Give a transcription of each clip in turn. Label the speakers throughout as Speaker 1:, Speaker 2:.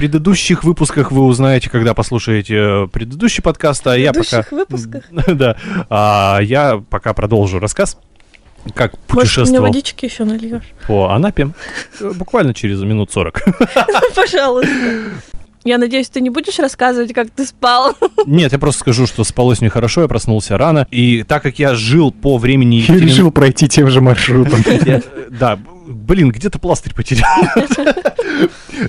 Speaker 1: предыдущих выпусках вы узнаете, когда послушаете э, предыдущий подкаст, а я пока...
Speaker 2: предыдущих выпусках?
Speaker 1: Да. А я пока продолжу рассказ, как
Speaker 2: Может, мне
Speaker 1: путешествовал
Speaker 2: водички еще нальешь?
Speaker 1: по Анапе. Э, Буквально через минут 40.
Speaker 2: Пожалуйста. Я надеюсь, ты не будешь рассказывать, как ты спал.
Speaker 1: Нет, я просто скажу, что спалось нехорошо, я проснулся рано. И так как я жил по времени...
Speaker 3: Я
Speaker 1: Екатерин-
Speaker 3: решил пройти тем же маршрутом.
Speaker 1: Я- Э, Да, б- блин, где-то пластырь потерял.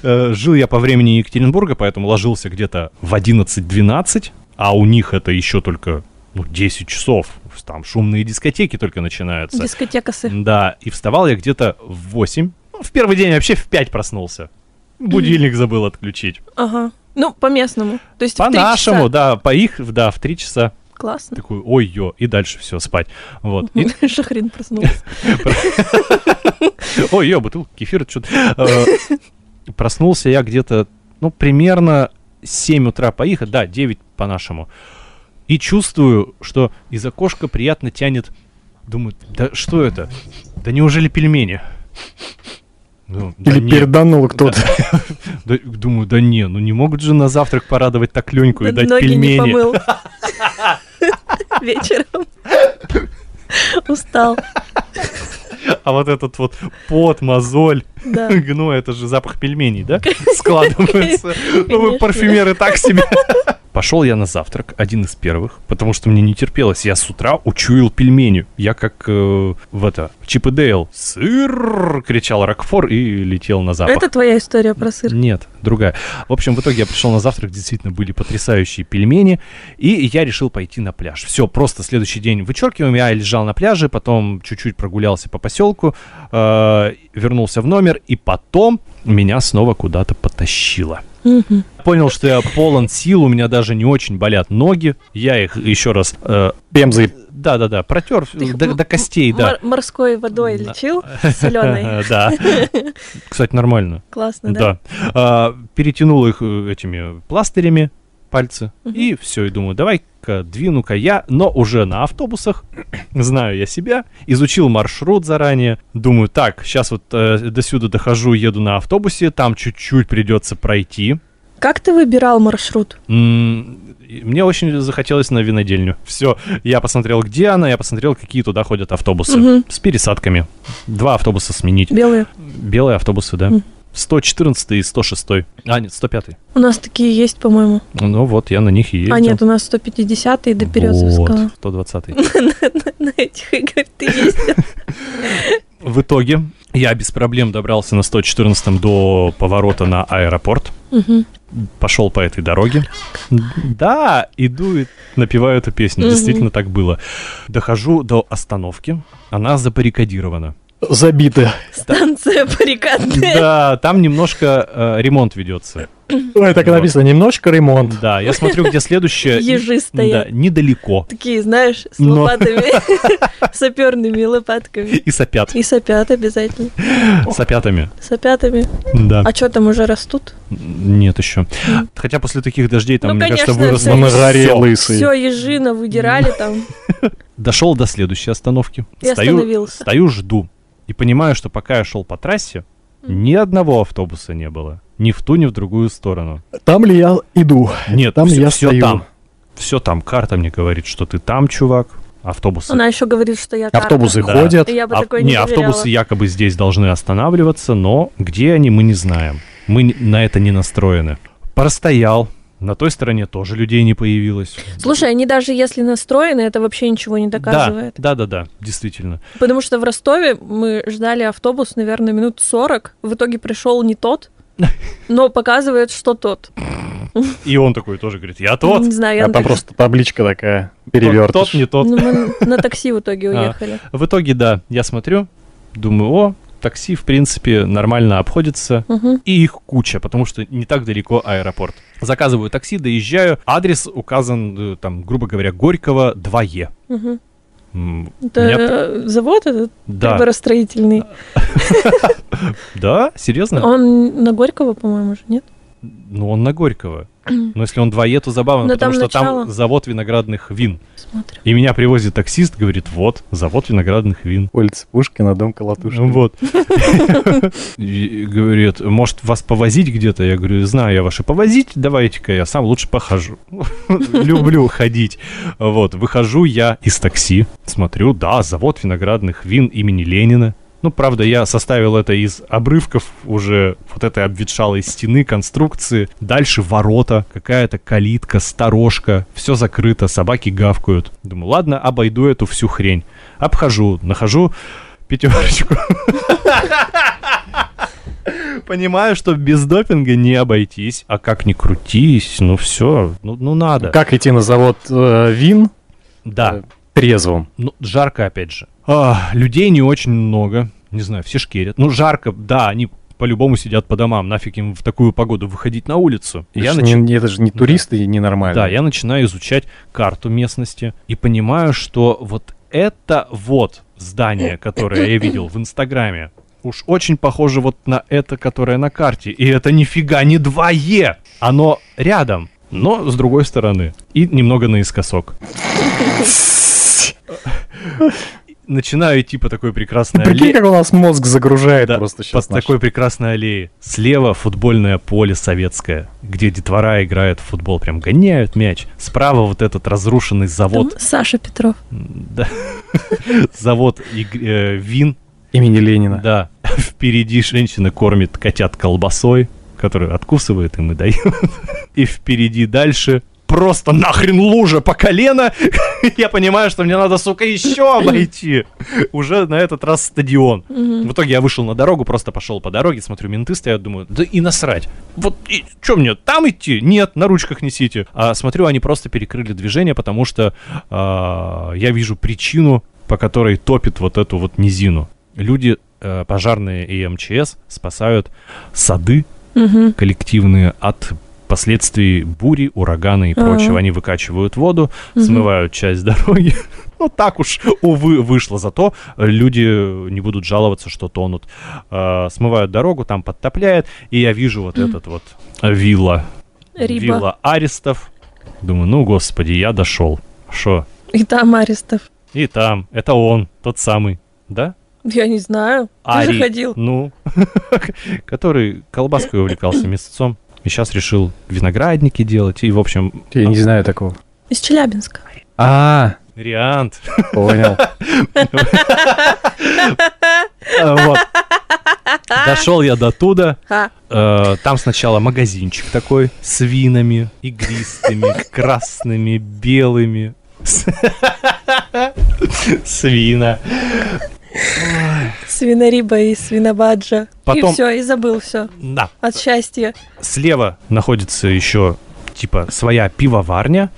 Speaker 1: Э, Жил я по времени Екатеринбурга, поэтому ложился где-то в 11-12, а у них это еще только ну, 10 часов. Там шумные дискотеки только начинаются.
Speaker 2: Дискотека сы.
Speaker 1: Да, и вставал я где-то в 8. Ну, В первый день я вообще в 5 проснулся. Будильник забыл отключить.
Speaker 2: Ага. Ну, по-местному. То есть в три
Speaker 1: По-нашему,
Speaker 2: часа.
Speaker 1: да, по их, да, в 3 часа.
Speaker 2: Классно.
Speaker 1: Такой, ой-ё, и дальше все, спать. Вот. И
Speaker 2: Шахрин проснулся.
Speaker 1: Ой, ё, бутылка кефира, что Проснулся я где-то, ну, примерно 7 утра поехать, да, 9 по-нашему. И чувствую, что из окошка приятно тянет. Думаю, да что это? Да неужели пельмени? Ну, да
Speaker 3: Или
Speaker 1: не.
Speaker 3: переданул кто-то.
Speaker 1: Да, думаю, да не, ну не могут же на завтрак порадовать так Леньку и
Speaker 2: Ноги
Speaker 1: дать
Speaker 2: не
Speaker 1: пельмени.
Speaker 2: помыл. Вечером. Устал.
Speaker 1: А вот этот вот пот, мозоль,
Speaker 2: Да.
Speaker 1: гной, Ну, это же запах пельменей, да? Складывается. Ну вы
Speaker 2: Конечно.
Speaker 1: парфюмеры так себе. Пошел я на завтрак, один из первых, потому что мне не терпелось. Я с утра учуял пельмени. Я как э, в это, Чип и Дейл. Сыр! кричал Рокфор и летел на запах.
Speaker 2: Это твоя история про сыр.
Speaker 1: Нет, другая. В общем, в итоге я пришел на завтрак, действительно были потрясающие пельмени, и я решил пойти на пляж. Все, просто следующий день вычеркиваем, я лежал на пляже, потом чуть-чуть прогулялся по поселку, э, вернулся в номер, и потом меня снова куда-то потащило.
Speaker 2: Мгм.
Speaker 1: Понял, что я полон сил, у меня даже не очень болят ноги. Я их еще раз, э,
Speaker 3: Пемзой.
Speaker 1: да-да-да, протер
Speaker 2: Ты их
Speaker 1: до,
Speaker 2: м-
Speaker 1: до костей, да.
Speaker 2: Мор- Морской водой
Speaker 1: Да.
Speaker 2: лечил, соленой.
Speaker 1: Да. Кстати, нормально.
Speaker 2: Классно, Ну да?
Speaker 1: Да. А, перетянул их э, этими пластырями пальцы.
Speaker 2: Мгм.
Speaker 1: И все, и думаю, давай-ка двину-ка я, но уже на автобусах. Знаю я себя, изучил маршрут заранее. Думаю, так, сейчас вот э, до сюда дохожу, еду на автобусе, там чуть-чуть придется пройти.
Speaker 2: Как ты выбирал маршрут?
Speaker 1: М, и Мне очень захотелось на винодельню. Все, я посмотрел, где она, я посмотрел, какие туда ходят автобусы.
Speaker 2: Мгм.
Speaker 1: С пересадками. Два автобуса сменить.
Speaker 2: Белые.
Speaker 1: Белые автобусы, да.
Speaker 2: Мгм.
Speaker 1: 114 и 106. А, нет, 105.
Speaker 2: У нас такие есть, по-моему.
Speaker 1: Ну вот, я на них и ездил.
Speaker 2: А нет, у нас 150-й до Березовского.
Speaker 1: Вот, 120
Speaker 2: На этих игр ты ездил.
Speaker 1: В итоге я без проблем добрался на 114 до поворота на аэропорт.
Speaker 2: Мгм.
Speaker 1: Пошел по этой дороге. Да, иду и напеваю эту песню.
Speaker 2: Мгм.
Speaker 1: Действительно так было. Дохожу до остановки. Она забаррикадирована.
Speaker 3: Забито.
Speaker 2: Станция баррикадная.
Speaker 1: Да, там немножко э, ремонт ведется.
Speaker 3: Ой, так и
Speaker 1: Ну, Вот.
Speaker 3: написано. Немножко ремонт.
Speaker 1: Да, я смотрю, где следующее. и-
Speaker 2: Ежи
Speaker 1: Да,
Speaker 2: стоят.
Speaker 1: недалеко.
Speaker 2: Такие, знаешь, с
Speaker 1: Но.
Speaker 2: лопатами, саперными лопатками.
Speaker 1: И сопят.
Speaker 2: И сопят обязательно.
Speaker 1: Сопятами.
Speaker 2: Сопятами.
Speaker 1: Да.
Speaker 2: А что там уже растут?
Speaker 1: Нет еще.
Speaker 2: Мгм.
Speaker 1: Хотя после таких дождей там,
Speaker 2: Ну,
Speaker 1: мне кажется,
Speaker 2: конечно,
Speaker 1: выросло
Speaker 2: всё.
Speaker 3: На
Speaker 1: всё.
Speaker 3: жаре
Speaker 2: Все,
Speaker 3: лысый.
Speaker 2: ежина выдирали там
Speaker 1: Дошел до следующей остановки.
Speaker 2: и
Speaker 1: Стою,
Speaker 2: остановился.
Speaker 1: стою, жду. И понимаю, что пока я шел по трассе,
Speaker 2: Мгм.
Speaker 1: ни одного автобуса не было. Ни в ту, ни в другую сторону.
Speaker 3: Там ли я иду?
Speaker 1: Нет,
Speaker 3: Там
Speaker 1: все,
Speaker 3: я стою.
Speaker 1: там. Все там. Карта мне говорит, что ты там, чувак. Автобусы.
Speaker 2: Она еще говорит, что я карта.
Speaker 3: Автобусы
Speaker 1: Да.
Speaker 3: ходят. А
Speaker 2: Я бы
Speaker 1: Ав-
Speaker 2: такой
Speaker 1: А, не,
Speaker 2: не
Speaker 1: автобусы
Speaker 2: доверяла.
Speaker 1: якобы здесь должны останавливаться, но где они, мы не знаем. Мы н- на это не настроены. Простоял. На той стороне тоже людей не появилось.
Speaker 2: Слушай, они даже если настроены, это вообще ничего не доказывает.
Speaker 1: Да, да, да, да, действительно.
Speaker 2: Потому что в Ростове мы ждали автобус, наверное, минут 40. В итоге пришел не тот, но показывает, что тот.
Speaker 1: И он такой тоже говорит, я тот.
Speaker 2: Не знаю, я
Speaker 3: А
Speaker 2: на
Speaker 3: там
Speaker 2: такси-
Speaker 3: просто табличка такая.
Speaker 1: Тот,
Speaker 3: Перевертыш.
Speaker 1: тот, не тот.
Speaker 2: Ну, мы на такси в
Speaker 1: А.
Speaker 2: итоге уехали.
Speaker 1: В итоге, да, я смотрю, думаю, о, такси, в принципе, нормально обходится.
Speaker 2: Мгм.
Speaker 1: И их куча, потому что не так далеко аэропорт. Заказываю такси, доезжаю. Адрес указан, э, там, грубо говоря, Горького 2Е.
Speaker 2: Мгм.
Speaker 1: М,
Speaker 2: Это
Speaker 1: меня-
Speaker 2: э, завод этот
Speaker 1: Да.
Speaker 2: приборостроительный.
Speaker 1: Да? Серьезно?
Speaker 2: Он на Горького, по-моему, же, нет?
Speaker 1: Ну, он на Горького. Но если он двое, то забавно,
Speaker 2: Но
Speaker 1: потому
Speaker 2: там
Speaker 1: что
Speaker 2: начало.
Speaker 1: там завод виноградных вин.
Speaker 2: Смотрим.
Speaker 1: И меня привозит таксист, говорит, вот, завод виноградных вин.
Speaker 3: Улица Пушкина, дом
Speaker 1: Ну
Speaker 3: Колотушкина. Ну,
Speaker 1: Вот. И Говорит, может, вас повозить где-то? Я говорю, знаю я ваши повозить, давайте-ка я сам лучше похожу. Люблю ходить. Вот, выхожу я из такси, смотрю, да, завод виноградных вин имени Ленина. Ну, правда, я составил это из обрывков уже вот этой обветшалой стены, конструкции. Дальше ворота, какая-то калитка, сторожка, все закрыто, собаки гавкают. Думаю, ладно, обойду эту всю хрень. Обхожу, нахожу пятерочку. Понимаю, что без допинга не обойтись. А как ни крутись, ну все, ну, ну надо.
Speaker 3: Как идти на завод э, вин
Speaker 1: Да,
Speaker 3: Э, трезвым?
Speaker 1: ну, жарко опять же. А, людей не очень много. Не знаю, все шкерят. Ну, жарко, да, они по-любому сидят по домам. Нафиг им в такую погоду выходить на улицу.
Speaker 3: Это же
Speaker 1: начи-
Speaker 3: не- это же не
Speaker 1: Да.
Speaker 3: туристы и не нормально.
Speaker 1: Да, я начинаю изучать карту местности и понимаю, что вот это вот здание, которое я видел в Инстаграме, уж очень похоже вот на это, которое на карте. И это нифига не 2Е! Оно рядом, но с другой стороны. И немного наискосок. Начинаю идти по такой прекрасной
Speaker 3: Прикинь,
Speaker 1: аллее.
Speaker 3: как у нас мозг загружает
Speaker 1: Да,
Speaker 3: просто
Speaker 1: по
Speaker 3: сейчас. наш.
Speaker 1: такой прекрасной аллее. Слева футбольное поле советское, где детвора играет в футбол, прям гоняют мяч. Справа вот этот разрушенный завод,
Speaker 2: Там Саша Петров.
Speaker 1: М, да. завод иг- э, вин,
Speaker 3: Имени Ленина.
Speaker 1: да. Впереди женщина кормит котят колбасой, которую откусывает им и дает. И впереди дальше просто нахрен лужа по колено. Я понимаю, что мне надо, сука, еще обойти. Уже на этот раз стадион.
Speaker 2: Мгм.
Speaker 1: В итоге я вышел на дорогу, просто пошел по дороге, смотрю, менты стоят, думаю, да и насрать. Вот и, что мне, там идти? Нет, на ручках несите. А смотрю, они просто перекрыли движение, потому что а, я вижу причину, по которой топит вот эту вот низину. Люди, э, пожарные и МЧС, спасают сады
Speaker 2: Мгм.
Speaker 1: коллективные от последствий бури, урагана и
Speaker 2: Ага.
Speaker 1: прочего. Они выкачивают воду,
Speaker 2: Мгм.
Speaker 1: смывают часть дороги. Ну, так уж, увы, вышло. Зато э, люди не будут жаловаться, что тонут. Э, смывают дорогу, там подтопляет. И я вижу вот этот вот э, вилла.
Speaker 2: Риба.
Speaker 1: Вилла арестов. Думаю, ну, господи, я дошел. Шо?
Speaker 2: И там Аристов.
Speaker 1: И там, это он, тот самый, да?
Speaker 2: Я не знаю. Ты
Speaker 1: Ари.
Speaker 2: же ходил.
Speaker 1: Ну, который колбаской увлекался мясцом. И сейчас решил виноградники делать. И, в общем,
Speaker 3: Я не знаю такого.
Speaker 2: Из Челябинска.
Speaker 3: А,
Speaker 1: вариант.
Speaker 3: понял.
Speaker 1: Дошел Э, я до туда.
Speaker 2: Ха.
Speaker 1: Э, Там сначала магазинчик такой с винами, игристыми, красными, белыми. С- Свина.
Speaker 2: Свинориба и свинобаджа.
Speaker 1: Потом-
Speaker 2: И все, и забыл все.
Speaker 1: Да.
Speaker 2: От счастья.
Speaker 1: Слева находится еще, типа, своя пивоварня,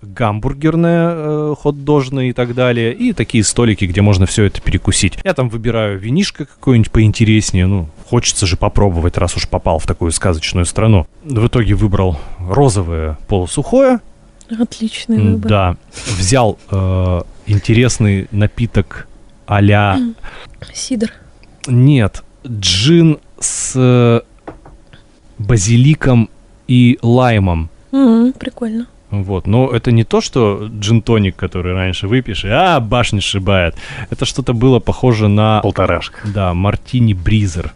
Speaker 1: гамбургерная, э, хот-дожная и так далее, и такие столики, где можно все это перекусить. Я там выбираю винишко какое-нибудь поинтереснее, ну, хочется же попробовать, раз уж попал в такую сказочную страну. В итоге выбрал розовое полусухое,
Speaker 2: Отличный
Speaker 1: М,
Speaker 2: выбор.
Speaker 1: да, взял э, интересный напиток а-ля...
Speaker 2: Сидор.
Speaker 1: Нет, джин с э, базиликом и лаймом.
Speaker 2: Мгм, М-м, Прикольно.
Speaker 1: Вот, но это не то, что джинтоник, который раньше выпьешь, и, а, башня сшибает. Это что-то было похоже на,
Speaker 3: Полторашка.
Speaker 1: да, Мартини Бризер.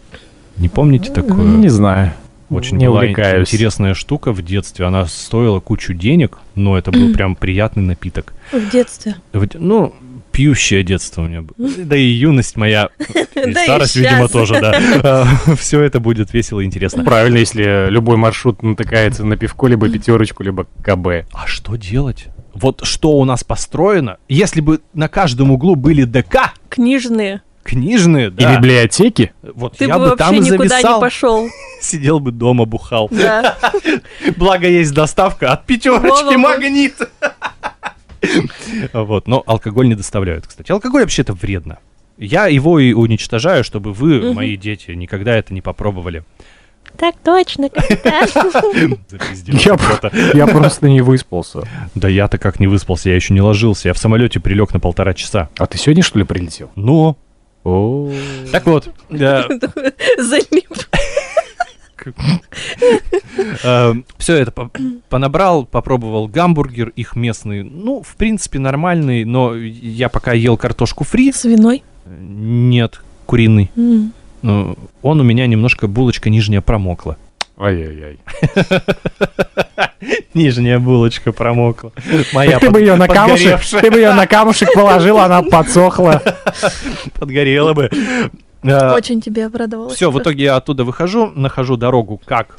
Speaker 1: Не помните
Speaker 3: Не
Speaker 1: такое?
Speaker 3: знаю.
Speaker 1: Очень
Speaker 3: не
Speaker 1: была
Speaker 3: увлекаюсь.
Speaker 1: интересная штука в детстве. Она стоила кучу денег, но это был прям приятный напиток.
Speaker 2: В детстве.
Speaker 1: Вот, Ну, пьющее детство у меня было. Да и юность моя, и
Speaker 2: Да и
Speaker 1: старость, видимо,
Speaker 2: щас.
Speaker 1: тоже, да. Все это будет весело и интересно.
Speaker 3: Правильно, если любой маршрут натыкается на пивко, либо пятерочку, либо КБ.
Speaker 1: А что делать? Вот что у нас построено, если бы на каждом углу были ДК,
Speaker 2: Книжные.
Speaker 1: книжные,
Speaker 3: И
Speaker 1: да.
Speaker 3: библиотеки.
Speaker 1: Вот
Speaker 2: Ты
Speaker 1: я
Speaker 2: бы
Speaker 1: бы там
Speaker 2: вообще
Speaker 1: и
Speaker 2: никуда не
Speaker 1: зависал,
Speaker 2: пошел.
Speaker 1: сидел бы дома, бухал.
Speaker 2: Да.
Speaker 1: Благо есть доставка от
Speaker 2: Во-во-во.
Speaker 1: пятерочки магнит. Вот, но алкоголь не доставляют, кстати. Алкоголь вообще-то вредно. Я его и уничтожаю, чтобы вы,
Speaker 2: Мгм.
Speaker 1: мои дети, никогда это не попробовали.
Speaker 2: Так точно, капитан.
Speaker 1: Запиздил
Speaker 3: Я
Speaker 1: кто-то.
Speaker 3: Я просто не выспался.
Speaker 1: Да я-то как не выспался, я еще не ложился. Я в самолете прилег на полтора часа.
Speaker 3: А ты сегодня, что ли, прилетел?
Speaker 1: Ну,
Speaker 3: О,
Speaker 1: так вот, э,
Speaker 2: Залип.
Speaker 1: Все это по- понабрал, попробовал гамбургер их местный. Ну, в принципе, нормальный, но я пока ел картошку фри.
Speaker 2: С виной.
Speaker 1: Нет, куриный.
Speaker 2: М.
Speaker 1: Ну, Он у меня немножко, булочка нижняя промокла.
Speaker 3: Ай-яй-яй.
Speaker 1: Нижняя булочка промокла. Моя
Speaker 3: ты бы
Speaker 1: под-
Speaker 3: ее на камушек,
Speaker 1: подгоревшая.
Speaker 3: ты бы ее на камушек положила, она подсохла.
Speaker 1: подгорела бы. Э, А,
Speaker 2: Очень тебе обрадовалась.
Speaker 1: Все, в итоге я оттуда выхожу, нахожу дорогу, как,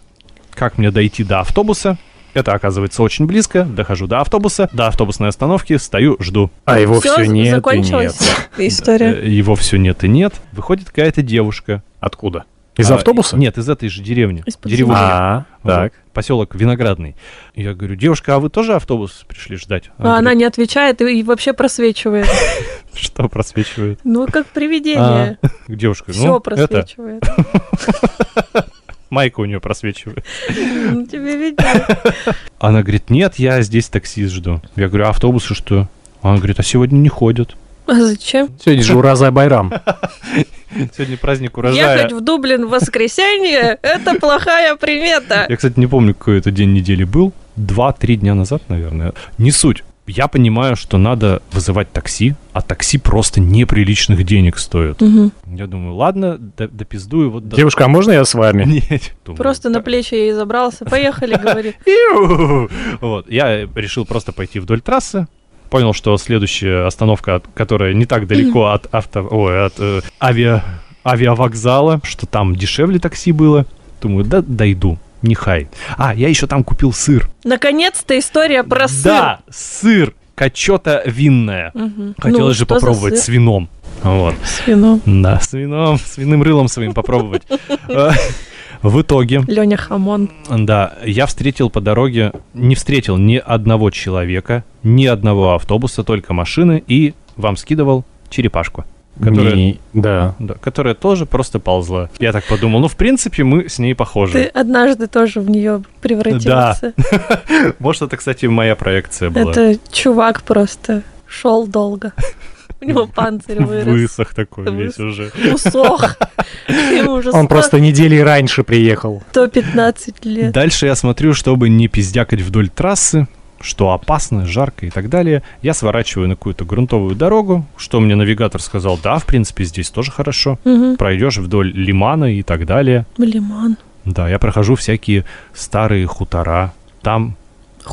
Speaker 1: как мне дойти до автобуса. Это оказывается очень близко. Дохожу до автобуса, до автобусной остановки, стою, жду.
Speaker 3: А его
Speaker 2: Всё,
Speaker 3: все нет и
Speaker 2: закончилась
Speaker 3: нет.
Speaker 2: история.
Speaker 1: Э, Его все нет и нет. Выходит какая-то девушка.
Speaker 3: Откуда? Из
Speaker 1: А,
Speaker 3: автобуса?
Speaker 1: Нет, из этой же деревни.
Speaker 2: Из-под
Speaker 1: Деревушки.
Speaker 3: А, так.
Speaker 1: Поселок Виноградный. Я говорю, девушка, а вы тоже автобус пришли ждать?
Speaker 2: А она
Speaker 1: говорит,
Speaker 2: не отвечает и и вообще просвечивает.
Speaker 1: Что просвечивает? А,
Speaker 2: Ну, как привидение.
Speaker 1: Девушка,
Speaker 2: Все
Speaker 1: ну, это,
Speaker 2: просвечивает.
Speaker 1: майка у нее просвечивает.
Speaker 2: Ну, Тебе видно.
Speaker 1: Она говорит, нет, я здесь такси жду. Я говорю, а автобусы что? Она говорит, а сегодня не ходят.
Speaker 2: А зачем?
Speaker 3: Сегодня же Ураза Байрам.
Speaker 1: Сегодня праздник урожая.
Speaker 2: Ехать в Дублин в воскресенье – это плохая примета.
Speaker 1: Я, кстати, не помню, какой это день недели был. Два-три дня назад, наверное. Не суть. Я понимаю, что надо вызывать такси, а такси просто неприличных денег стоит.
Speaker 2: Мгм.
Speaker 1: Я думаю, ладно, до- допиздую вот до...
Speaker 3: Девушка, а можно я с вами?
Speaker 1: Нет, думаю,
Speaker 2: Просто на
Speaker 1: так.
Speaker 2: плечи ей забрался. Поехали, говорит.
Speaker 1: Иу! Вот, я решил просто пойти вдоль трассы. Понял, что следующая остановка, от- которая не так далеко от авто, ой, от э, авиа, авиавокзала, что там дешевле такси было. Думаю, да, дойду. Нехай. А, я еще там купил сыр.
Speaker 2: Наконец-то история про сыр.
Speaker 1: Да, сыр. Качета винная.
Speaker 2: Мгм.
Speaker 1: Хотелось
Speaker 2: Ну,
Speaker 1: же
Speaker 2: что за
Speaker 1: попробовать с
Speaker 2: сыр? ну,
Speaker 1: вином. Вот.
Speaker 2: С вином.
Speaker 1: Да, с вином, с винным рылом своим попробовать. Э, В итоге,
Speaker 2: Леня Хамон.
Speaker 1: да, я встретил по дороге, не встретил ни одного человека, ни одного автобуса, только машины, и вам скидывал черепашку, которая-
Speaker 3: Не- Да.
Speaker 1: да, которая тоже просто ползла. Я так подумал, ну, в принципе, мы с ней
Speaker 2: Ты
Speaker 1: похожи.
Speaker 2: однажды тоже в нее превратился.
Speaker 1: Может, это, кстати, моя проекция была.
Speaker 2: Это чувак просто шел долго. У него панцирь вырос.
Speaker 1: Высох такой весь
Speaker 2: Высох.
Speaker 1: уже.
Speaker 2: Усох. Ему уже
Speaker 3: Он
Speaker 2: сто-
Speaker 3: просто недели раньше приехал.
Speaker 2: 115 лет.
Speaker 1: Дальше я смотрю, чтобы не пиздякать вдоль трассы, что опасно, жарко и так далее. Я сворачиваю на какую-то грунтовую дорогу, что мне навигатор сказал, да, в принципе, здесь тоже хорошо.
Speaker 2: Мгм. Ну,
Speaker 1: Пройдешь вдоль лимана и так далее.
Speaker 2: Лиман.
Speaker 1: Да, я прохожу всякие старые хутора. Там,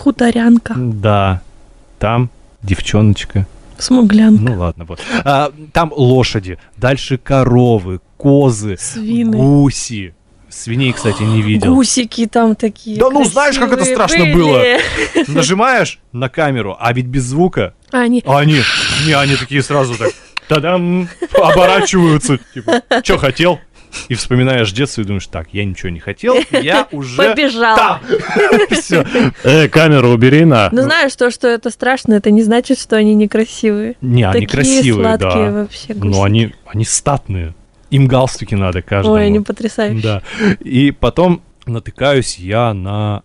Speaker 2: Хуторянка.
Speaker 1: да, там девчоночка.
Speaker 2: Смуглянка.
Speaker 1: Ну ладно, вот. А, там лошади, дальше коровы, козы,
Speaker 2: Свины.
Speaker 1: гуси. Свиней, кстати, не видел.
Speaker 2: Гусики там такие.
Speaker 1: Да ну, знаешь, как это
Speaker 2: красивые
Speaker 1: страшно
Speaker 2: были.
Speaker 1: было? Нажимаешь на камеру, а ведь без звука.
Speaker 2: А они...
Speaker 1: А они, не, они такие сразу так, тадам, оборачиваются. Типа, что хотел? И вспоминаешь детство и думаешь, так, я ничего не хотел, я уже
Speaker 2: Побежал.
Speaker 1: Все.
Speaker 3: Э, камеру убери на.
Speaker 2: Ну знаешь, то, что это страшно, это не значит, что они некрасивые.
Speaker 1: Не, они
Speaker 2: Такие
Speaker 1: красивые,
Speaker 2: сладкие
Speaker 1: да.
Speaker 2: вообще
Speaker 1: Но
Speaker 2: гуси.
Speaker 1: они, они статные. Им галстуки надо каждому.
Speaker 2: Ой, они потрясающие.
Speaker 1: Да. И потом натыкаюсь я на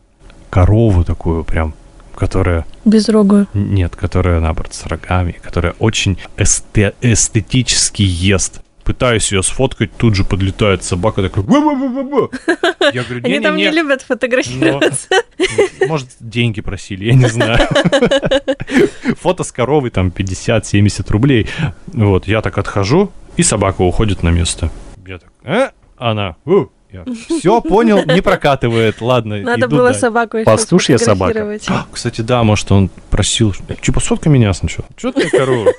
Speaker 1: корову такую прям, которая
Speaker 2: Безрогую.
Speaker 1: Нет, которая, наоборот, с рогами, которая очень эсте- эстетически ест. Пытаюсь ее сфоткать, тут же подлетает собака такая... «Бу-бу-бу-бу-бу». Я говорю,
Speaker 2: Они там не
Speaker 1: не-не-не,
Speaker 2: любят фотографироваться.
Speaker 1: может, деньги просили, я не знаю. Фото с коровой там 50-70 рублей. Вот, я так отхожу, и собака уходит на место. Я так, «Э?» Она, все, понял, не прокатывает, ладно,
Speaker 2: Надо
Speaker 1: иду
Speaker 2: было
Speaker 1: дальше».
Speaker 2: собаку еще
Speaker 3: Пастушья собака.
Speaker 2: сфотографировать.
Speaker 1: А, Кстати, да, может, он просил, типа, сфоткай меня сначала. Че ты корову?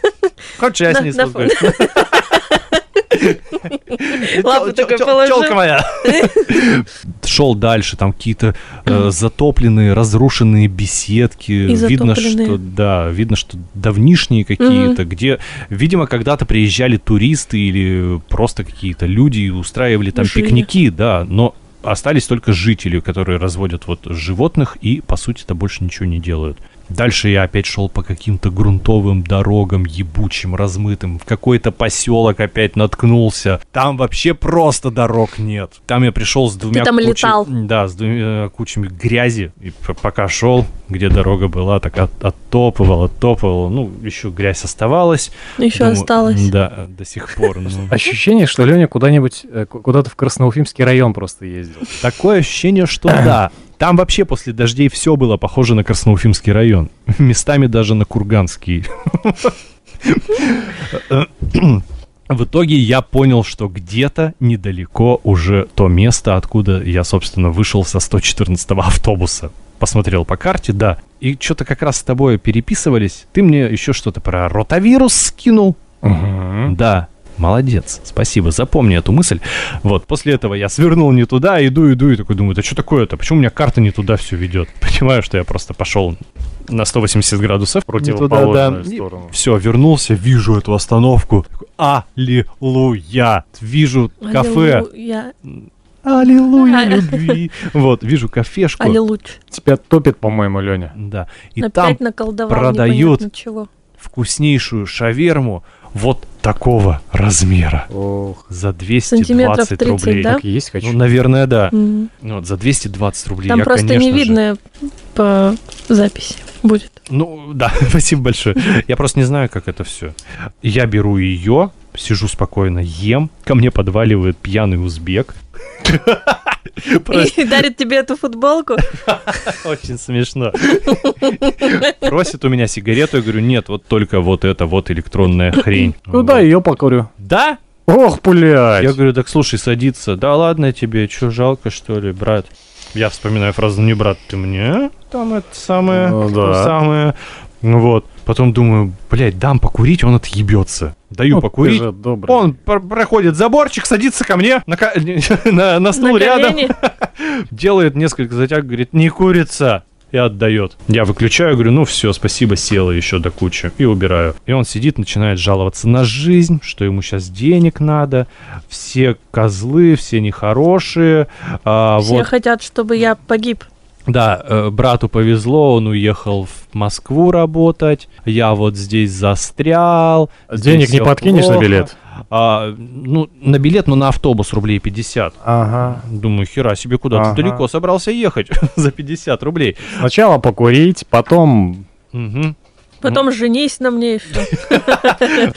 Speaker 1: Хочешь, я с
Speaker 2: На-
Speaker 1: ней
Speaker 2: на
Speaker 1: сфоткаюсь?
Speaker 2: Лапу
Speaker 1: Тел-
Speaker 2: такой
Speaker 1: тел-
Speaker 2: положил.
Speaker 1: Телка моя! Шел дальше, там какие-то э, затопленные, разрушенные беседки. Видно, что
Speaker 2: затопленные.
Speaker 1: да, видно, что давнишние какие-то, где, видимо, когда-то приезжали туристы или просто какие-то люди и устраивали там
Speaker 2: Жили.
Speaker 1: пикники, да, но остались только жители, которые разводят вот животных и, по сути-то, больше ничего не делают. Дальше я опять шел по каким-то грунтовым дорогам, ебучим, размытым. В какой-то поселок опять наткнулся. Там вообще просто дорог нет. Там я пришел с двумя
Speaker 2: там
Speaker 1: куча-
Speaker 2: летал.
Speaker 1: Да, с двумя э, кучами грязи. И п- пока шел, где дорога была, так от- оттопывал, оттопывал. Ну, еще грязь оставалась.
Speaker 2: Еще
Speaker 1: Думаю,
Speaker 2: Ну, осталось.
Speaker 1: Ну, Да, до сих пор. ну.
Speaker 3: Ощущение, что Леня куда-нибудь, э, ку- куда-то в Красноуфимский район просто ездил.
Speaker 1: Такое ощущение, что да. Там вообще после дождей все было похоже на Красноуфимский район. Местами даже на Курганский. В итоге я понял, что где-то недалеко уже то место, откуда я, собственно, вышел со 114-го автобуса. Посмотрел по карте, да. И что-то как раз с тобой переписывались. Ты мне еще что-то про ротавирус скинул.
Speaker 3: Мгм.
Speaker 1: Да, молодец, спасибо, запомни эту мысль. Вот, после этого я свернул не туда, иду, иду, и такой думаю, да что такое-то, почему у меня карта не туда все ведет? Понимаю, что я просто пошел на 180 градусов
Speaker 3: Противоположную сторону.
Speaker 1: Все, вернулся, вижу эту остановку. Такой, Аллилуйя! Вижу кафе.
Speaker 2: Аллилуйя.
Speaker 1: Аллилуйя любви. Вот, вижу кафешку.
Speaker 2: Аллилуч.
Speaker 3: Тебя топит, по-моему, Леня.
Speaker 1: Да. И там
Speaker 2: Опять наколдовал
Speaker 1: продают.
Speaker 2: непонятно чего.
Speaker 1: вкуснейшую шаверму вот такого размера.
Speaker 3: Ох,
Speaker 1: За
Speaker 2: Сантиметров
Speaker 1: 220
Speaker 2: 30,
Speaker 1: рублей.
Speaker 2: да?
Speaker 3: так и есть
Speaker 1: Ну,
Speaker 3: хочу.
Speaker 1: наверное, да.
Speaker 2: Мгм.
Speaker 1: Ну, вот за 220 рублей
Speaker 2: Там
Speaker 1: я,
Speaker 2: просто
Speaker 1: конечно
Speaker 2: не
Speaker 1: же-
Speaker 2: видно по записи будет.
Speaker 1: Ну, да, спасибо большое. Я просто не знаю, как это все. Я беру ее, сижу спокойно, ем. Ко мне подваливает пьяный узбек. Просто
Speaker 2: И дарит тебе эту футболку.
Speaker 1: очень смешно. Просит у меня сигарету. Я говорю, нет, вот только вот это, вот электронная хрень.
Speaker 3: Ну да,
Speaker 1: Вот.
Speaker 3: ее покурю.
Speaker 1: Да?
Speaker 3: Ох, блядь.
Speaker 1: Я говорю, так слушай, садиться. Да ладно тебе, что, жалко, что ли, брат? Я вспоминаю фразу, не брат, ты мне? Там это самое,
Speaker 3: Ну
Speaker 1: то
Speaker 3: да.
Speaker 1: самое. Ну Вот. Потом думаю, блядь, дам покурить, он отъебется. Даю
Speaker 3: Ну, ты
Speaker 1: покурить.
Speaker 3: же добрый.
Speaker 1: Он пр- проходит заборчик, садится ко мне на, ко- на- на стул
Speaker 2: На
Speaker 1: рядом,
Speaker 2: колени.
Speaker 1: делает несколько затяг, говорит, не курица, и отдает. Я выключаю, говорю, ну все, спасибо, села еще до кучи, и убираю. И он сидит, начинает жаловаться на жизнь, что ему сейчас денег надо, все козлы, все нехорошие. а,
Speaker 2: Все
Speaker 1: вот
Speaker 2: хотят, чтобы я погиб.
Speaker 1: да, э, брату повезло, он уехал в Москву работать. Я вот здесь застрял.
Speaker 3: Денег
Speaker 1: здесь
Speaker 3: не
Speaker 1: всё
Speaker 3: подкинешь на
Speaker 1: плохо.
Speaker 3: билет?
Speaker 1: А, ну, на билет, но на автобус рублей 50.
Speaker 3: Ага.
Speaker 1: Думаю, хера себе, куда
Speaker 3: Ага.
Speaker 1: ты далеко собрался ехать за 50 рублей.
Speaker 3: Сначала покурить, потом...
Speaker 1: Мгм.
Speaker 2: Потом женись на мне и все.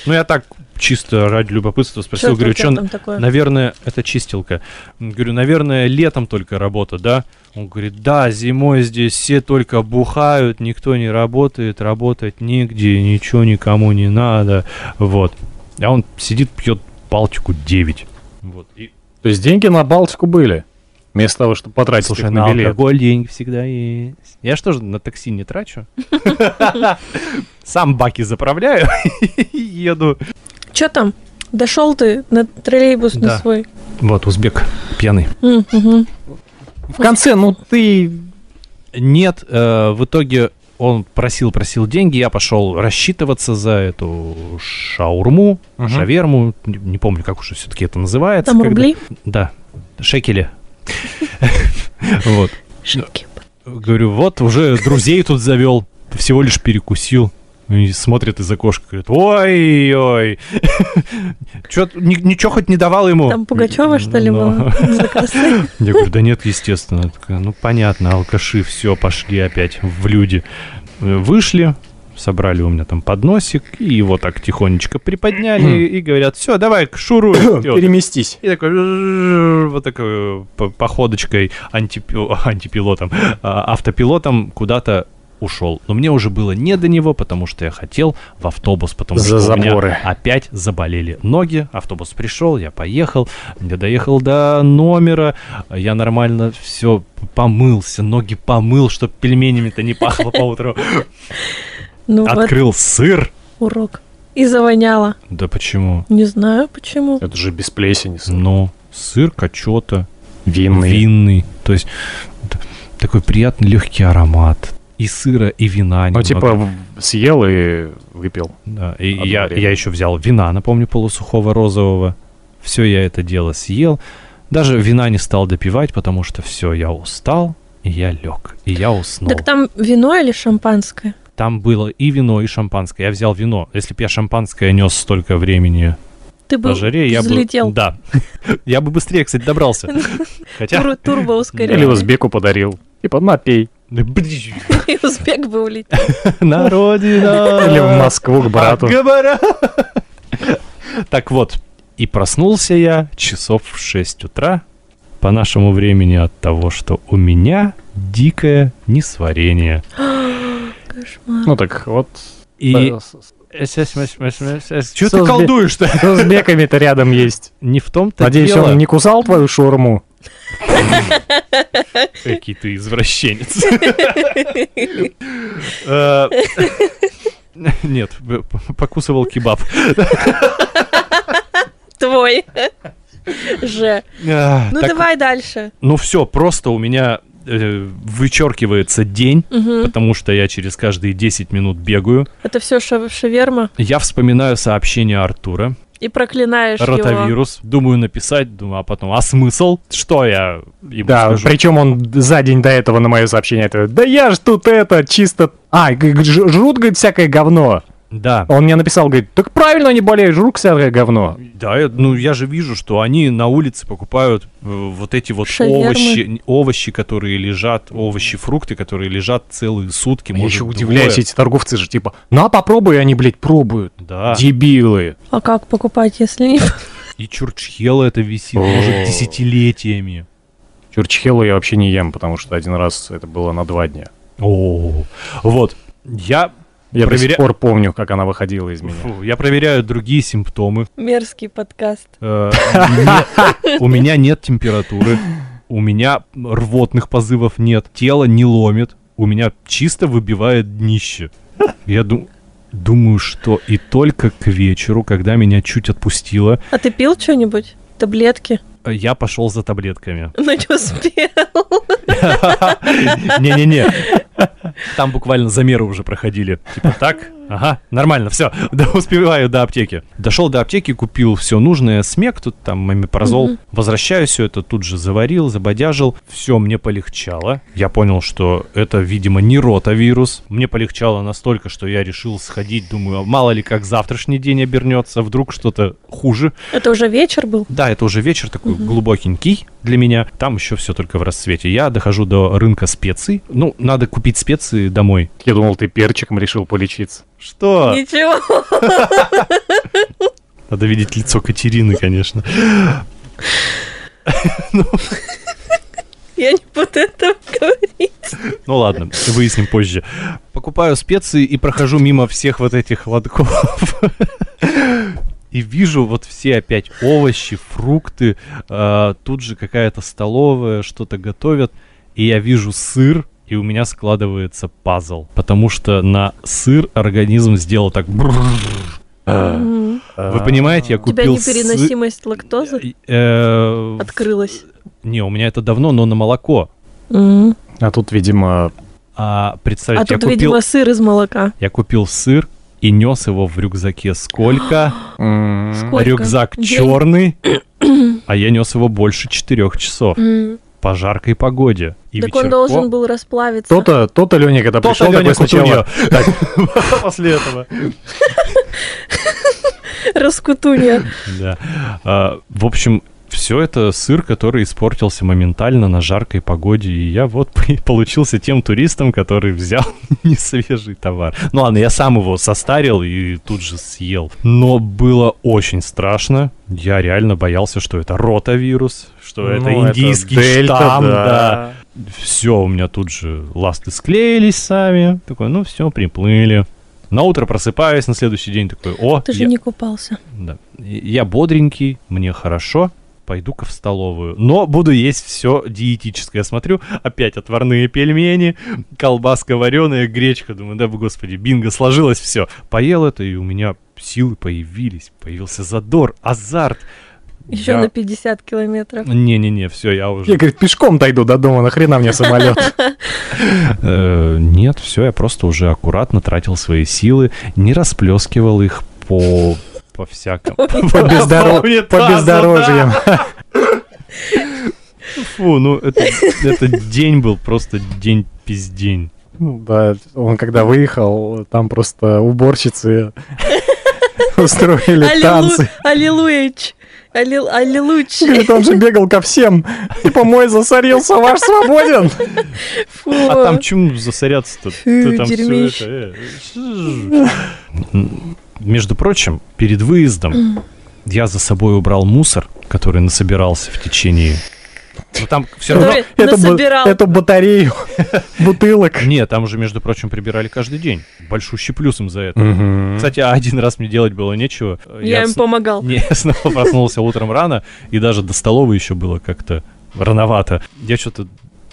Speaker 1: Ну, я так чисто ради любопытства спросил, говорю, что,
Speaker 2: там такое?
Speaker 1: наверное, это чистилка. М, Говорю, наверное, летом только работа, да? Он говорит, да, зимой здесь все только бухают, никто не работает, работать нигде, ничего никому не надо, вот. А он сидит, пьет Балтику 9. Вот. И,
Speaker 3: То есть деньги на Балтику были? Вместо того, чтобы потратить
Speaker 1: слушай,
Speaker 3: их
Speaker 1: на
Speaker 3: на билет.
Speaker 1: алкоголь деньги всегда есть. Я что же на такси не трачу? Сам баки заправляю и еду.
Speaker 2: Че там? Дошел ты на троллейбус на
Speaker 1: Да.
Speaker 2: свой.
Speaker 1: Вот, узбек пьяный.
Speaker 2: М, мгм.
Speaker 3: В конце, ну ты...
Speaker 1: Нет, э, в итоге он просил, просил деньги, я пошел рассчитываться за эту шаурму,
Speaker 3: Мгм.
Speaker 1: шаверму, не, не помню, как уже все-таки это называется.
Speaker 2: Там
Speaker 1: когда- Ну,
Speaker 2: рубли?
Speaker 1: Да, шекели. Вот.
Speaker 2: Шики.
Speaker 1: Говорю, вот уже друзей тут завел, всего лишь перекусил. И смотрит из окошка, говорит, ой-ой, Чё т- ни- ничего хоть не давал ему.
Speaker 2: Там Пугачева, что ли,
Speaker 1: Ну.
Speaker 2: была? За красной.
Speaker 1: Я говорю, да нет, естественно. Она такая, ну понятно, алкаши, все, пошли опять в люди. Э, Вышли, собрали у меня там подносик, и его так тихонечко приподняли, и говорят, все, давай, к шуру. И вот
Speaker 3: Переместись.
Speaker 1: и такой «Жжж», вот такой э, по- походочкой антипи- антипилотом, а, автопилотом куда-то ушел. Но мне уже было не до него, потому что я хотел в автобус, потому
Speaker 3: За
Speaker 1: что у меня
Speaker 3: заборы.
Speaker 1: опять заболели ноги. Автобус пришел, я поехал, я доехал до номера, я нормально все помылся, ноги помыл, чтоб пельменями-то не пахло по утру.
Speaker 2: Ну вот,
Speaker 1: Открыл сыр.
Speaker 2: урок. И завоняла.
Speaker 1: Да почему?
Speaker 2: Не знаю почему.
Speaker 3: Это же без плесени. с-
Speaker 1: Ну, сыр качета.
Speaker 3: Винный.
Speaker 1: винный. То есть т- такой приятный легкий аромат и сыра, и вина.
Speaker 3: Ну,
Speaker 1: немного.
Speaker 3: типа, в- съел и выпил.
Speaker 1: Да, и
Speaker 3: одно
Speaker 1: я,
Speaker 3: время.
Speaker 1: я еще взял вина, напомню, полусухого розового. Все я это дело съел. Даже вина не стал допивать, потому что все, я устал, и я лег, и я уснул.
Speaker 2: Так там вино или шампанское?
Speaker 1: Там было и вино, и шампанское. Я взял вино. Если бы я шампанское нес столько времени
Speaker 2: Ты бы
Speaker 1: на жаре, я
Speaker 2: взлетел.
Speaker 1: бы... Да. Я бы быстрее, кстати, добрался. Хотя...
Speaker 2: Тур- Турбо
Speaker 3: Или
Speaker 2: ускорил.
Speaker 3: узбеку подарил. Типа, напей.
Speaker 2: И узбек бы улетел.
Speaker 1: На родина!
Speaker 3: Или в Москву к брату.
Speaker 1: А, Говоря. Так вот, и проснулся я часов в 6 утра. по нашему времени от того, что у меня дикое несварение.
Speaker 2: Кошмар.
Speaker 3: Ну так вот.
Speaker 1: И...
Speaker 3: с- с-
Speaker 1: Чего
Speaker 3: Со
Speaker 1: ты
Speaker 3: сбе-
Speaker 1: колдуешь-то?
Speaker 3: с узбеками-то рядом есть.
Speaker 1: Не в том-то
Speaker 3: Надеюсь,
Speaker 1: дело.
Speaker 3: он не кусал твою шурму.
Speaker 1: Какие ты извращенец. Э, Нет, б- п- покусывал кебаб.
Speaker 2: Твой. Же.
Speaker 1: А,
Speaker 2: Ну
Speaker 1: так,
Speaker 2: давай дальше.
Speaker 1: Ну все, просто у меня э, вычеркивается день,
Speaker 2: Мгм.
Speaker 1: потому что я через каждые 10 минут бегаю.
Speaker 2: Это все шаверма.
Speaker 1: Я вспоминаю сообщение Артура,
Speaker 2: И проклинаешь его.
Speaker 1: ротавирус. Думаю написать, думаю, а потом, а смысл? Что я ему
Speaker 3: Да,
Speaker 1: скажу?
Speaker 3: причем он за день до этого на мое сообщение ответил, да я ж тут это, чисто... А, г- г- ж- жрут, говорит, всякое говно.
Speaker 1: Да.
Speaker 3: Он мне написал, говорит, так правильно они болеют, жрут всякое говно.
Speaker 1: Да, я- ну я же вижу, что они на улице покупают э, вот эти вот
Speaker 2: Шавермы.
Speaker 1: овощи, овощи, которые лежат, овощи, фрукты, которые лежат целые сутки.
Speaker 3: я
Speaker 1: может,
Speaker 3: еще удивляюсь,
Speaker 1: двое.
Speaker 3: эти торговцы же типа, на, попробуй, и они, блядь, пробуют.
Speaker 1: Да.
Speaker 3: Дебилы.
Speaker 2: А как покупать, если не...
Speaker 1: И чурчхела это висит,
Speaker 3: О.
Speaker 1: может, десятилетиями.
Speaker 3: Чурчхелу я вообще не ем, потому что один раз это было на два дня.
Speaker 1: О, вот. Я,
Speaker 3: Я до
Speaker 1: Проверя-
Speaker 3: сих пор помню, как она выходила из меня.
Speaker 1: фу, я проверяю другие симптомы.
Speaker 2: Мерзкий подкаст.
Speaker 1: Э, не- У меня нет температуры, у меня рвотных позывов нет, тело не ломит, у меня чисто выбивает днище. Я ду- думаю, что и только к вечеру, когда меня чуть отпустило,
Speaker 2: А ты пил что-нибудь? Таблетки?
Speaker 1: э, я пошел за таблетками.
Speaker 2: Но не успел.
Speaker 1: Не-не-не. Там буквально замеры уже проходили. Типа так? Ага, нормально, все. Да, успеваю до аптеки. Дошел до аптеки, купил все нужное, смек, тут там омепразол.
Speaker 2: Мгм.
Speaker 1: Возвращаю все это, тут же заварил, забодяжил. Все, мне полегчало. Я понял, что это, видимо, не ротавирус. Мне полегчало настолько, что я решил сходить, думаю, а мало ли как завтрашний день обернется, вдруг что-то хуже.
Speaker 2: Это уже вечер был?
Speaker 1: Да, это уже вечер такой
Speaker 2: Мгм.
Speaker 1: глубокенький для меня. Там еще все только в расцвете. Я дохожу до рынка специй. Ну, надо купить специи домой.
Speaker 3: Я думал, ты перчиком решил полечиться.
Speaker 1: Что?
Speaker 2: Ничего.
Speaker 1: Надо видеть лицо Катерины, конечно.
Speaker 2: Я не буду этого говорить.
Speaker 1: Ну ладно, выясним позже. Покупаю специи и прохожу мимо всех вот этих лотков. И вижу вот все опять овощи, фрукты, э, тут же какая-то столовая, что-то готовят. И я вижу сыр, и у меня складывается пазл. Потому что на сыр организм сделал так... брррр.
Speaker 2: Мгм.
Speaker 1: Вы понимаете, я
Speaker 2: У тебя
Speaker 1: А. купил сыр...
Speaker 2: непереносимость лактозы
Speaker 1: Э,
Speaker 2: открылась.
Speaker 1: Не, у меня это давно, но на молоко.
Speaker 2: Мгм.
Speaker 3: А тут, видимо,
Speaker 1: А
Speaker 2: А
Speaker 1: представьте, я купил...
Speaker 2: тут, видимо, сыр из молока.
Speaker 1: Я купил сыр и нес его в рюкзаке. Сколько?
Speaker 3: м,
Speaker 2: Сколько?
Speaker 1: Рюкзак
Speaker 2: День.
Speaker 1: черный, а я нес его больше четырех часов
Speaker 2: М.
Speaker 1: по жаркой погоде. И
Speaker 2: Так он
Speaker 1: вечерком-
Speaker 2: должен был расплавиться.
Speaker 3: то-то, то-то Леня, когда
Speaker 1: То-то
Speaker 3: пришел,
Speaker 1: Лёня
Speaker 3: такой сначала... Ну,
Speaker 1: Кутунья. После этого.
Speaker 2: Раскутунья.
Speaker 1: Да. А, В общем, все это сыр, который испортился моментально на жаркой погоде, и я вот при- получился тем туристом, который взял несвежий товар. Ну ладно, я сам его состарил и тут же съел. Но было очень страшно. Я реально боялся, что это ротавирус, что это
Speaker 3: Ну,
Speaker 1: индийский
Speaker 3: дельта,
Speaker 1: штамм, да. Все, у меня тут же ласты склеились сами. Такой, ну все, приплыли. На утро просыпаюсь, на следующий день такой, о,
Speaker 2: Ты же
Speaker 1: я-
Speaker 2: не купался.
Speaker 1: да. И- Я бодренький, мне хорошо, пойду-ка в столовую. Но буду есть все диетическое. Смотрю, опять отварные пельмени, колбаска вареная, гречка. Думаю, да, господи, бинго, сложилось все. Поел это, и у меня силы появились. Появился задор, азарт.
Speaker 2: Еще на 50 километров.
Speaker 1: Не-не-не, все, я
Speaker 3: Я,
Speaker 1: уже...
Speaker 3: говорит, пешком дойду до дома, нахрена мне самолет?
Speaker 1: Э, нет, все, я просто уже аккуратно тратил свои силы, не расплескивал их по... по всякому.
Speaker 3: По бездоро-
Speaker 1: По унитазу,
Speaker 3: по бездорожьям.
Speaker 1: Фу, ну это, это день был просто день пиздень.
Speaker 3: Ну Да, он когда выехал, там просто уборщицы устроили
Speaker 2: Аллилу-
Speaker 3: танцы.
Speaker 2: Аллилуйч. Аллил- Аллилуйч.
Speaker 3: Говорит, он же бегал ко всем. Типа, мой засорился, ваш свободен.
Speaker 2: Фу.
Speaker 1: А там чему засоряться-то? Ты там всё
Speaker 2: Типа, дерьмище.
Speaker 1: это, э, М, Между прочим, перед выездом я за собой убрал мусор, который насобирался в течение Но там все равно...
Speaker 2: Который
Speaker 3: Эту ба-
Speaker 2: насобирал.
Speaker 3: Эту батарею бутылок.
Speaker 1: Не, там же, между прочим, прибирали каждый день. Большущий плюс им за это.
Speaker 3: Кстати,
Speaker 1: Кстати, а один раз мне делать было нечего.
Speaker 2: Я им
Speaker 1: с-
Speaker 2: помогал.
Speaker 1: Не, я снова проснулся утром рано, и даже до столовой еще было как-то рановато. Я что-то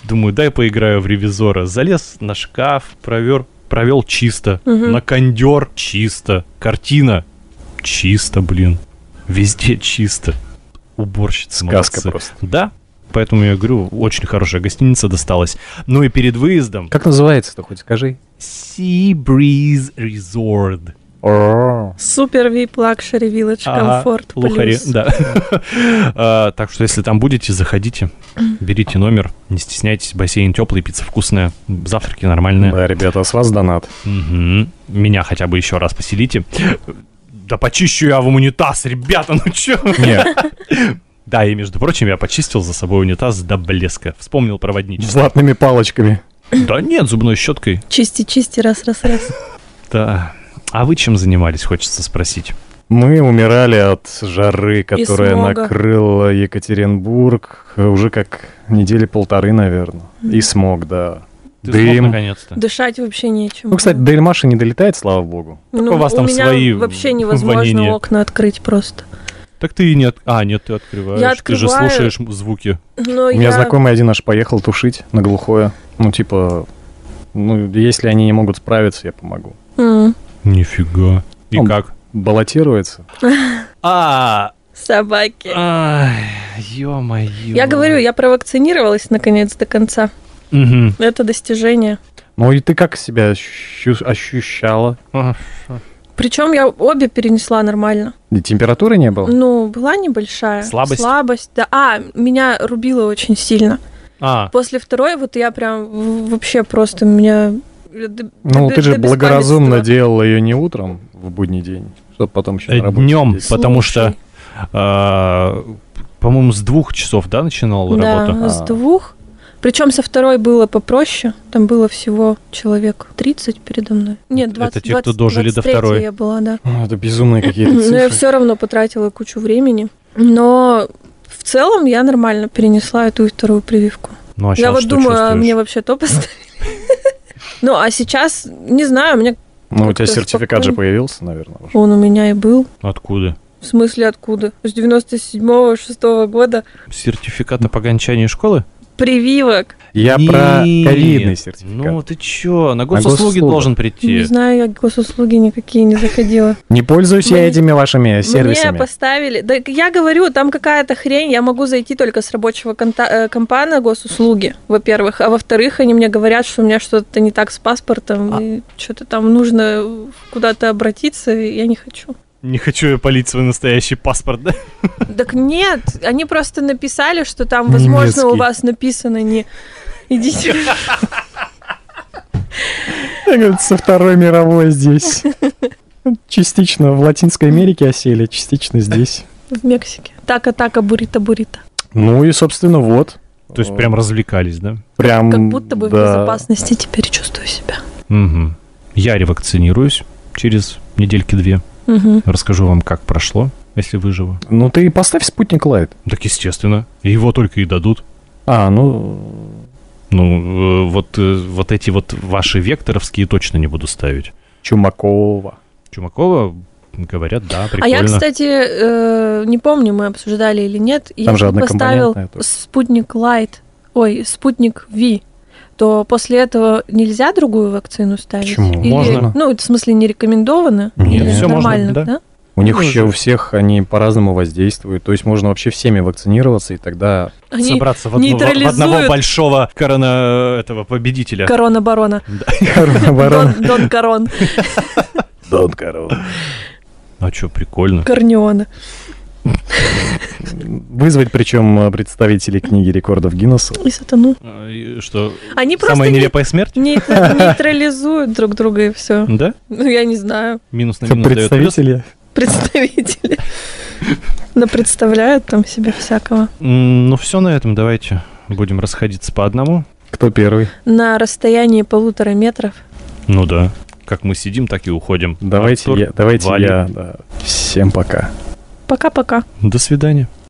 Speaker 1: думаю, дай поиграю в ревизора. Залез на шкаф, провер, провел чисто.
Speaker 2: Мгм.
Speaker 1: На кондер чисто. Картина чисто, блин. Везде чисто. Уборщица
Speaker 3: Сказка
Speaker 1: молодцы.
Speaker 3: просто.
Speaker 1: Да, поэтому я говорю, очень хорошая гостиница досталась. Ну и перед выездом
Speaker 3: Как называется-то хоть, скажи?
Speaker 1: Sea Breeze Resort.
Speaker 3: О,
Speaker 2: Супер вип лакшери вилледж
Speaker 1: Ага,
Speaker 2: комфорт
Speaker 1: Лухари,
Speaker 2: плюс.
Speaker 1: да. А, Так что, если там будете, заходите, берите номер, не стесняйтесь, бассейн теплый, пицца вкусная, завтраки нормальные.
Speaker 3: Да, ребята, с вас донат.
Speaker 1: Мгм. Меня хотя бы еще раз поселите. Да почищу я вам унитаз, ребята, ну че?
Speaker 3: Нет,
Speaker 1: Да, и между прочим, я почистил за собой унитаз до блеска. Вспомнил проводничество.
Speaker 3: златными палочками.
Speaker 1: Да нет, зубной щеткой.
Speaker 2: Чисти, чисти, раз, раз, раз.
Speaker 1: Да. А вы чем занимались, хочется спросить.
Speaker 3: Мы умирали от жары, которая
Speaker 2: смога.
Speaker 3: накрыла Екатеринбург э, уже как недели полторы, наверное. И смог, да.
Speaker 1: Ты
Speaker 3: Дым.
Speaker 1: смог наконец-то.
Speaker 2: Дышать вообще нечем.
Speaker 3: Ну, кстати, до Эльмаша не долетает, слава богу.
Speaker 2: Ну,
Speaker 1: у вас там
Speaker 2: меня
Speaker 1: свои
Speaker 2: вообще невозможно
Speaker 1: вонения.
Speaker 2: окна открыть просто.
Speaker 1: Так ты и не... от- А, нет, ты открываешь.
Speaker 2: Я
Speaker 1: Ты же
Speaker 2: открываю.
Speaker 1: слушаешь м- звуки.
Speaker 2: Но
Speaker 3: У меня
Speaker 2: я...
Speaker 3: знакомый один аж поехал тушить на глухое. Ну, типа, ну, если они не могут справиться, я помогу.
Speaker 2: М,
Speaker 1: Нифига. И
Speaker 3: Ну,
Speaker 1: как?
Speaker 3: Баллотируется.
Speaker 1: А,
Speaker 2: Собаки.
Speaker 1: ё-моё.
Speaker 2: Я говорю, я провакцинировалась наконец до конца. Это достижение.
Speaker 3: Ну, и ты как себя ощу- ощущала?
Speaker 2: Причем я обе перенесла нормально.
Speaker 3: И температуры не было?
Speaker 2: Ну, была небольшая.
Speaker 1: Слабость?
Speaker 2: Слабость, да. А, меня рубило очень сильно.
Speaker 1: А,
Speaker 2: После второй вот я прям в- вообще просто меня... д-
Speaker 3: Ну,
Speaker 2: д-
Speaker 3: ты
Speaker 2: до
Speaker 3: же благоразумно
Speaker 2: беспамятства.
Speaker 3: делала ее не утром в будний день, чтобы потом еще
Speaker 1: Э,
Speaker 3: на работе
Speaker 1: днём.
Speaker 3: сидеть.
Speaker 1: Потому что а, по-моему, с двух часов, да, начинала работа?
Speaker 2: Да, с
Speaker 3: А.
Speaker 2: двух. Причем со второй было попроще. Там было всего человек 30 передо мной. Нет,
Speaker 1: Это
Speaker 2: 20.
Speaker 1: те, кто дожили до
Speaker 2: 23
Speaker 1: второй.
Speaker 2: я была, да.
Speaker 3: Ну, Это безумные какие-то
Speaker 2: Но я
Speaker 3: цифры.
Speaker 2: все равно потратила кучу времени. Но в целом я нормально перенесла эту и вторую прививку.
Speaker 1: Ну, а
Speaker 2: я
Speaker 1: щас
Speaker 2: вот
Speaker 1: что
Speaker 2: думаю, а
Speaker 1: чувствуешь?
Speaker 2: мне вообще то поставили. Ну, а сейчас, не знаю, мне
Speaker 3: Ну, у
Speaker 2: как-то
Speaker 3: тебя сертификат же
Speaker 2: спокойно.
Speaker 3: появился, наверное. уже.
Speaker 2: он у меня и был.
Speaker 1: Откуда?
Speaker 2: В смысле, откуда? С 97-го, 6 года
Speaker 1: Сертификата по окончании школы?
Speaker 2: прививок.
Speaker 3: Я про
Speaker 1: Нет.
Speaker 3: ковидный сертификат.
Speaker 1: Ну, ты чё, на госуслуги
Speaker 3: госуслугу.
Speaker 1: должен
Speaker 2: Не
Speaker 1: прийти.
Speaker 2: знаю, я госуслуги никакие не заходила.
Speaker 3: Не пользуюсь я
Speaker 2: Мне-
Speaker 3: этими вашими
Speaker 2: Мне
Speaker 3: сервисами.
Speaker 2: поставили. Да я говорю, там какая-то хрень, я могу зайти только с рабочего конта- э, компа на госуслуги, во-первых. А во-вторых, они мне говорят, что у меня что-то не так с паспортом,
Speaker 1: А.
Speaker 2: и что-то там нужно куда-то обратиться, и я не хочу.
Speaker 1: Не хочу я палить свой настоящий паспорт, да?
Speaker 2: Так нет, они просто написали, что там, возможно, у
Speaker 3: Немецкий.
Speaker 2: вас написано не... Идите.
Speaker 3: Я, говорит, Со Второй мировой здесь. Частично в Латинской Америке осели, частично здесь.
Speaker 2: В Мексике. Так, атака, бурита, бурита.
Speaker 3: Ну и, собственно, вот.
Speaker 1: То есть прям развлекались, да?
Speaker 3: прям
Speaker 2: Как будто бы в
Speaker 3: да.
Speaker 2: безопасности теперь чувствую себя.
Speaker 1: Угу. Я ревакцинируюсь через недельки-две.
Speaker 2: Мгм.
Speaker 1: Расскажу вам, как прошло, если выживу.
Speaker 3: Ну ты поставь спутник лайт.
Speaker 1: Так естественно. Его только и дадут.
Speaker 3: А, ну...
Speaker 1: Ну, э, вот, э, вот эти вот ваши векторовские точно не буду ставить.
Speaker 3: Чумакова.
Speaker 1: Чумакова, говорят, да,
Speaker 2: А
Speaker 1: прикольно.
Speaker 2: я, кстати, э, не помню, мы обсуждали или нет.
Speaker 3: Там
Speaker 2: Если
Speaker 3: же
Speaker 2: поставил
Speaker 3: однокомпонентная. только.
Speaker 2: спутник Light, ой, спутник V, то после этого нельзя другую вакцину ставить?
Speaker 3: Почему?
Speaker 2: Или-
Speaker 3: Можно.
Speaker 2: Ну, это в смысле не рекомендовано?
Speaker 1: Нет,
Speaker 2: Или
Speaker 1: всё можно,
Speaker 2: нормально,
Speaker 1: да.
Speaker 3: У них
Speaker 1: тоже.
Speaker 3: еще у всех они по-разному воздействуют. То есть можно вообще всеми вакцинироваться, и тогда...
Speaker 2: Они
Speaker 1: Собраться в, одну- в- в
Speaker 2: нейтрализуют-
Speaker 1: одного большого корона э, этого победителя.
Speaker 2: корона-барона.
Speaker 3: Корона-барон.
Speaker 2: Дон, Дон Корон.
Speaker 3: Дон корона.
Speaker 1: А что, прикольно.
Speaker 2: Корнеона.
Speaker 3: Вызвать причем представителей книги рекордов Гиннесса.
Speaker 2: И сатану.
Speaker 1: А, и Что,
Speaker 2: Они просто
Speaker 1: самая
Speaker 2: не-
Speaker 1: нелепая смерть?
Speaker 2: не- нейтрализуют друг друга и все.
Speaker 1: Да?
Speaker 2: Ну, я не знаю.
Speaker 1: Минус на минус дает плюс.
Speaker 3: Представители.
Speaker 2: Представители. Но представляют там себе всякого.
Speaker 1: М, Ну, все на этом, давайте будем расходиться по одному.
Speaker 3: Кто первый?
Speaker 2: На расстоянии полутора метров
Speaker 1: Ну да. Как мы сидим, так и уходим.
Speaker 3: Давайте
Speaker 1: Артур,
Speaker 3: я. Давайте
Speaker 1: Валя.
Speaker 3: я. да. Всем пока.
Speaker 2: Пока-пока.
Speaker 1: До свидания.